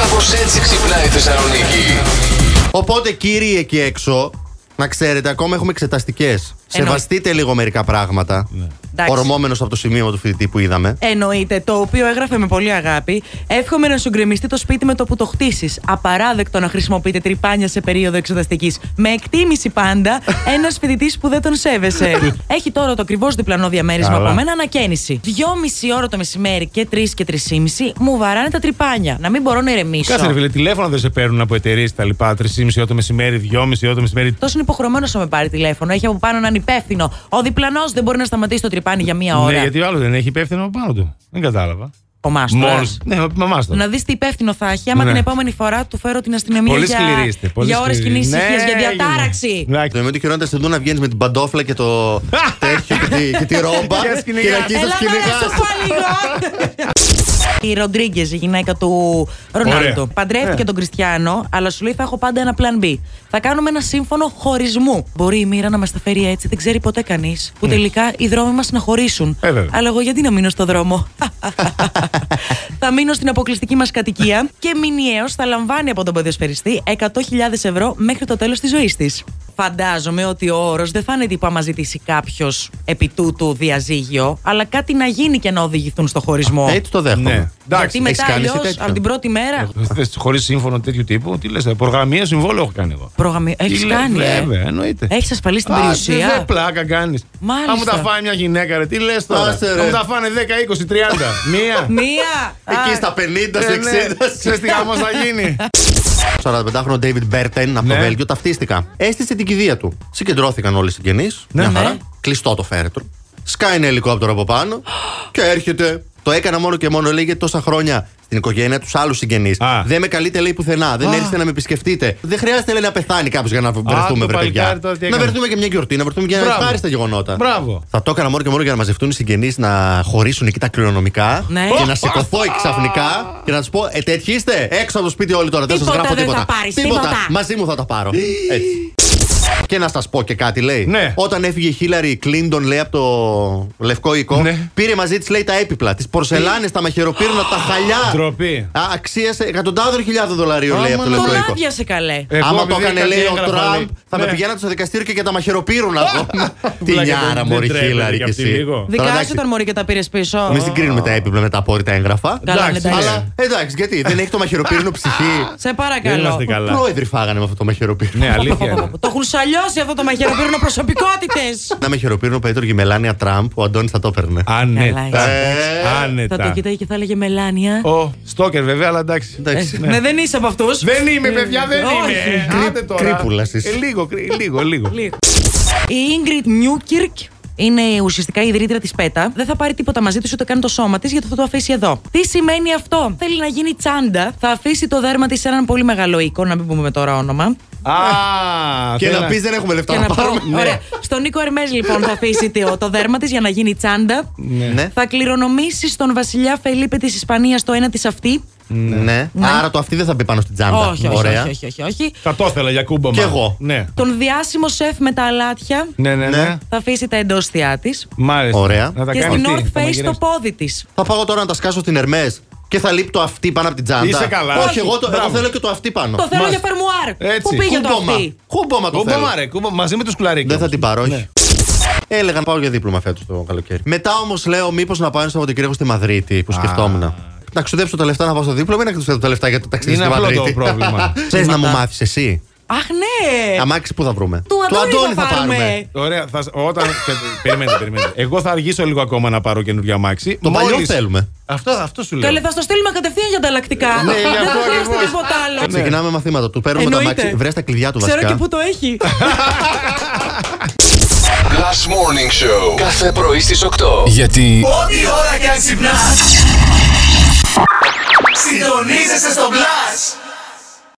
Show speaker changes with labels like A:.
A: Κάπως έτσι ξυπνάει η Θεσσαλονίκη.
B: Οπότε κύριοι εκεί έξω, να ξέρετε, ακόμα έχουμε εξεταστικές. Σεβαστείτε λίγο μερικά πράγματα.
C: Ναι.
D: Εντάξει.
B: Ορμόμενος από το σημείο του φοιτητή που είδαμε.
D: Εννοείται, το οποίο έγραφε με πολύ αγάπη. Εύχομαι να σου γκρεμιστεί το σπίτι με το που το χτίσεις. Απαράδεκτο να χρησιμοποιείτε τρυπάνια σε περίοδο εξεταστικής. Με εκτίμηση πάντα ένας φοιτητής που δεν τον σέβεσαι. Έχει τώρα το ακριβώς διπλανό διαμέρισμα
C: Καλά.
D: από μένα ανακαίνιση. Δυόμιση ώρα το μεσημέρι και τρεις και τρεις μου βαράνε τα τρυπάνια. Να μην μπορώ να ηρεμήσω.
C: Κάτσε ρε φίλε, τηλέφωνα δεν σε παίρνουν από εταιρείες τα λοιπά. 3,5 ώρα το μεσημέρι, 2,5 ώρα το μεσημέρι.
D: Τόσο είναι υποχρεωμένο να με πάρει τηλέφωνο. Έχει από πάνω έναν υπεύθυνο. Ο διπλανός δεν μπορεί να σταματήσει το τρυπάνι για μία ώρα.
C: Ναι, γιατί ο άλλος δεν έχει υπεύθυνο από πάνω του. Δεν κατάλαβα.
D: Ο μάστορας.
C: Μόνος. Ναι, ο μαμά του.
D: Να δεις τι υπεύθυνο θα έχει, άμα
C: Ναι.
D: την επόμενη φορά του φέρω την αστυνομία
C: Πολύ
D: για,
C: σκληρή είστε, πολύ
D: για ώρες
C: σκληρή.
D: κοινή ησυχίας,
C: Ναι,
D: για
C: έγινε. Ναι.
D: διατάραξη.
C: Εντάξει.
B: Το με του χειρότερα στην να βγαίνεις με την παντόφλα και το τέτοιο και τη, και τη ρόμπα.
C: Και ας κυνηγάς.
B: εκεί
D: Έλα
B: τους
D: να
B: κυνηγάς.
D: σου πω λίγο. Η Ροντρίγκες, η γυναίκα του Ρονάλντο,
C: Ωραία. Ναι.
D: παντρεύτηκε τον Κριστιανό, αλλά σου λέει θα έχω πάντα ένα plan B. Θα κάνουμε ένα σύμφωνο χωρισμού. Μπορεί η μοίρα να μα τα φέρει έτσι, δεν ξέρει ποτέ κανείς. Που τελικά οι δρόμοι μας να χωρίσουν.
C: Ναι. Ε, βέβαια.
D: αλλά εγώ γιατί να μείνω στο δρόμο. θα μείνω στην αποκλειστική μας κατοικία και μηνιαίως θα λαμβάνει από τον ποδοσφαιριστή 100.000 ευρώ μέχρι το τέλος της ζωής της. Φαντάζομαι ότι ο όρος δεν θα είναι τι που άμα ζητήσει κάποιος επί τούτου διαζύγιο, αλλά κάτι να γίνει και να οδηγηθούν στο χωρισμό.
B: Έτσι το δέχομαι.
C: Ναι.
D: Γιατί
C: Εντάξει.
B: Ε, έχεις
D: μετά
B: κάνει εσύ
D: αλλιώς
B: τέτοιο. Ε,
D: από την πρώτη μέρα.
C: Χωρίς σύμφωνο τέτοιου τύπου, τι λες, προγραμμία συμβόλαιο έχω κάνει εγώ.
D: Πρόγραμμα. Έχει
C: Τι λες,
D: κάνει. ε.
C: Βέβαια, εννοείται.
D: Έχεις ασφαλίσει την
C: Α,
D: περιουσία.
C: τι Δε πλάκα κάνεις.
D: Μάλιστα.
C: Αν μου τα φάει μια γυναίκα, ρε, τι λες τώρα.
B: Άσε, ρε.
C: Αν μου τα φάνε 10, 20, 30. Μία.
D: Ναι. Μία.
B: Εκεί
D: Α,
B: στα 50,
C: Ε, ναι.
B: στα 60.
C: Ξέρεις τι γάμος θα γίνει.
B: 45χρονο David Μπέρτεν από το
C: Ναι.
B: Βέλγιο ταυτίστηκα. Έστησε την κηδεία του. Συγκεντρώθηκαν όλοι οι συγγενείς.
C: Ναι.
B: Μια χαρά.
D: Ναι.
B: Κλειστό το φέρετρο. Σκάει ένα ελικόπτερο από πάνω και έρχεται. Το έκανα μόνο και μόνο, λέει, γιατί τόσα χρόνια στην οικογένεια τους άλλους συγγενείς.
C: Α.
B: Δεν με καλείτε, λέει, πουθενά. Δεν έρχεστε να με επισκεφτείτε. Δεν χρειάζεται, λέει, να πεθάνει κάποιος για να βρεθούμε,
C: το
B: βρε
C: παλικάρι
B: παιδιά.
C: τώρα τι
B: Να
C: έκανες.
B: βρεθούμε και μια γιορτή, να βρεθούμε και ένα
C: Μπράβο.
B: ευχάριστα γεγονότα.
C: Μπράβο.
B: Θα το έκανα μόνο και μόνο για να μαζευτούν οι συγγενείς να χωρίσουν εκεί τα κληρονομικά
D: Ναι.
B: και να σηκωθώ ξαφνικά και να τους πω: Ε, τέτοιοι είστε έξω από το σπίτι όλοι τώρα. Δεν σας
D: Τίποτα
B: γράφω
D: δεν
B: τίποτα.
D: θα πάρεις, τίποτα.
B: Μαζί μου θα τα πάρω. Έτσι. Και να σας πω και κάτι, λέει.
C: Ναι.
B: Όταν έφυγε η Χίλαρη Κλίντον, λέει, από το Λευκό Οίκο,
C: Ναι.
B: πήρε μαζί της, λέει, τα έπιπλα, τις πορσελάνες, τα μαχαιροπύρνα, τα χαλιά.
C: Ντροπή.
B: Α, αξίασε εκατοντάδων χιλιάδων δολαρίων, λέει, από το
D: Τον
B: Λευκό Οίκο.
D: άδειασε καλέ.
C: Εγώ,
B: Άμα το
C: επειδή
B: έκανε,
C: κάτι
B: λέει ο
C: έγραφα,
B: Τραμπ,
C: λέει.
B: θα με
C: Ναι.
B: πηγαίνανε στο δικαστήριο και τα μαχαιροπύρουνα εδώ. Τι
C: Βλάκα,
B: νιάρα,
C: δεν
B: Μωρή
C: τρέπεται
B: Χίλαρη
C: κι
B: κι
C: αυτή
B: εσύ.
C: λίγο.
B: Ε, Τώρα, εντάξει,
D: Δικάσε τον Μωρή και τα πήρες πίσω.
B: Μην συγκρίνουμε τα έπιπλα με τα απόρριτα έγγραφα.
D: Καλά,
C: Εντάξει,
D: εντάξει.
C: αλλά-
B: Αλλά εντάξει, γιατί δεν έχει το μαχαιροπύρινο ψυχή.
D: Σε
C: Δεν
D: παρακαλώ.
C: είμαστε καλά.
B: Πρόεδροι φάγανε με αυτό το μαχαιροπύρινο.
C: Ναι, αλήθεια είναι.
D: Το έχουν σαλιώσει αυτό το μαχαιροπύρινο προσωπικότητε.
B: Ένα μαχαιροπύρινο που έτρωγε η Μελάνια Τραμπ, ο Αντώνης θα το έπαιρνε.
C: Άνετα.
D: Καλά,
B: Ε,
D: θα το
C: Άνετα.
D: κοιτάει και θα έλεγε Μελάνια.
C: Ο Στόκερ βέβαια, αλλά εντάξει.
B: Εντάξει.
D: Ναι, δεν είσαι από αυτούς.
C: Δεν είμαι, παιδιά, δεν
D: Όχι.
C: είμαι. Ε,
B: Κρυ-
C: Άντε τώρα.
B: κρύπουλας είσαι.
C: Ε, Λίγο, κρυ- λίγο, λίγο.
D: Η Ingrid Newkirk είναι η ουσιαστικά η ιδρύτρια της ΠΕΤΑ. Δεν θα πάρει τίποτα μαζί της ούτε καν το σώμα της γιατί θα το αφήσει εδώ. Τι σημαίνει αυτό. Θέλει να γίνει τσάντα. Θα αφήσει το δέρμα της σε έναν πολύ μεγάλο οίκο, να μην πούμε τώρα όνομα.
C: Α,
B: Και
C: θέλω
B: να πεις δεν έχουμε λεφτά
D: Και
B: να
D: να πω.
B: πάρουμε. ναι.
D: Ωραία. Στον Νίκο Ερμέ, λοιπόν, θα αφήσει το, το δέρμα της για να γίνει τσάντα.
B: Ναι.
D: Θα κληρονομήσει στον βασιλιά Φελίπε της Ισπανίας το ένα της αυτή.
B: Ναι. Άρα το αυτή δεν θα μπει πάνω στην τσάντα.
D: Όχι, όχι,
B: Ωραία.
D: όχι, όχι, όχι, όχι.
C: Θα το ήθελα για κούμπαμα.
B: Κι εγώ.
C: Ναι.
D: Τον διάσημο σεφ με τα αλάτια
C: Ναι, ναι,
B: Ναι.
C: ναι.
D: θα αφήσει τα εντόστια της.
C: Μ' άρεσε.
B: Ωραία.
C: Να τα
D: Και
C: κάνει
D: στην
C: τι,
D: North
C: θα
D: Face το
C: μαγειρέψει.
D: πόδι της.
B: Θα πάω τώρα να τα σκάσω στην Ερμέ και θα λείπει το αυτή πάνω από την τσάντα.
C: Είσαι καλά.
B: Όχι,
C: Όχι,
B: εγώ, το, εγώ
C: μπράβο.
B: θέλω και το αυτή πάνω.
D: Το θέλω
C: Μάλιστα.
D: για φερμουάρ.
C: Έτσι.
D: Πού πήγε το
B: Κούμπομα.
D: αυτή.
B: Κούμπομα το θέλω.
C: Κούμπαμα, ρε, κούμπαμα, μαζί με τους σκουλαρίκου.
B: Δεν θα την πάρω, όχι. Ναι. Έλεγα να πάω για δίπλωμα φέτος το καλοκαίρι. Μετά όμως λέω, μήπως να πάω ένα Σαββατοκύριακο στη Μαδρίτη που σκεφτόμουν. Να ξοδέψω τα λεφτά να πάω στο δίπλωμα ή να ξοδέψω τα λεφτά για το Ε, ταξίδι
C: Είναι
B: στη
C: απλό
B: Μαδρίτη.
C: το πρόβλημα.
B: Θε να μου μάθεις εσύ.
D: Αχ, ναι!
B: Αμάξι που θα βρούμε.
D: Του
B: Το
D: Αντώνη, θα, πάρουμε.
C: Ωραία, θα, σ- όταν. τε- περιμένετε, περιμένετε. Εγώ θα αργήσω λίγο ακόμα να πάρω καινούργια αμάξι.
B: Το παλιό θέλουμε.
C: Αυτό, αυτό σου λέω.
D: Καλέ, θα στο στείλουμε κατευθείαν για ανταλλακτικά.
C: Ναι, γι'
D: Δεν
C: αυτό
D: θα χρειάζεται
C: ακριβώς.
D: τίποτα άλλο.
B: Ξεκινάμε μαθήματα του. Παίρνουμε το
D: Εννοείται.
B: αμάξι. Βρες τα κλειδιά του
D: Ξέρω και
B: βασικά.
D: πού το έχει.
A: Last Morning Show. Κάθε πρωί στις 8.
E: Γιατί
F: Ό,τι ώρα κι αν ξυπνάς Συντονίζεσαι στο Blast.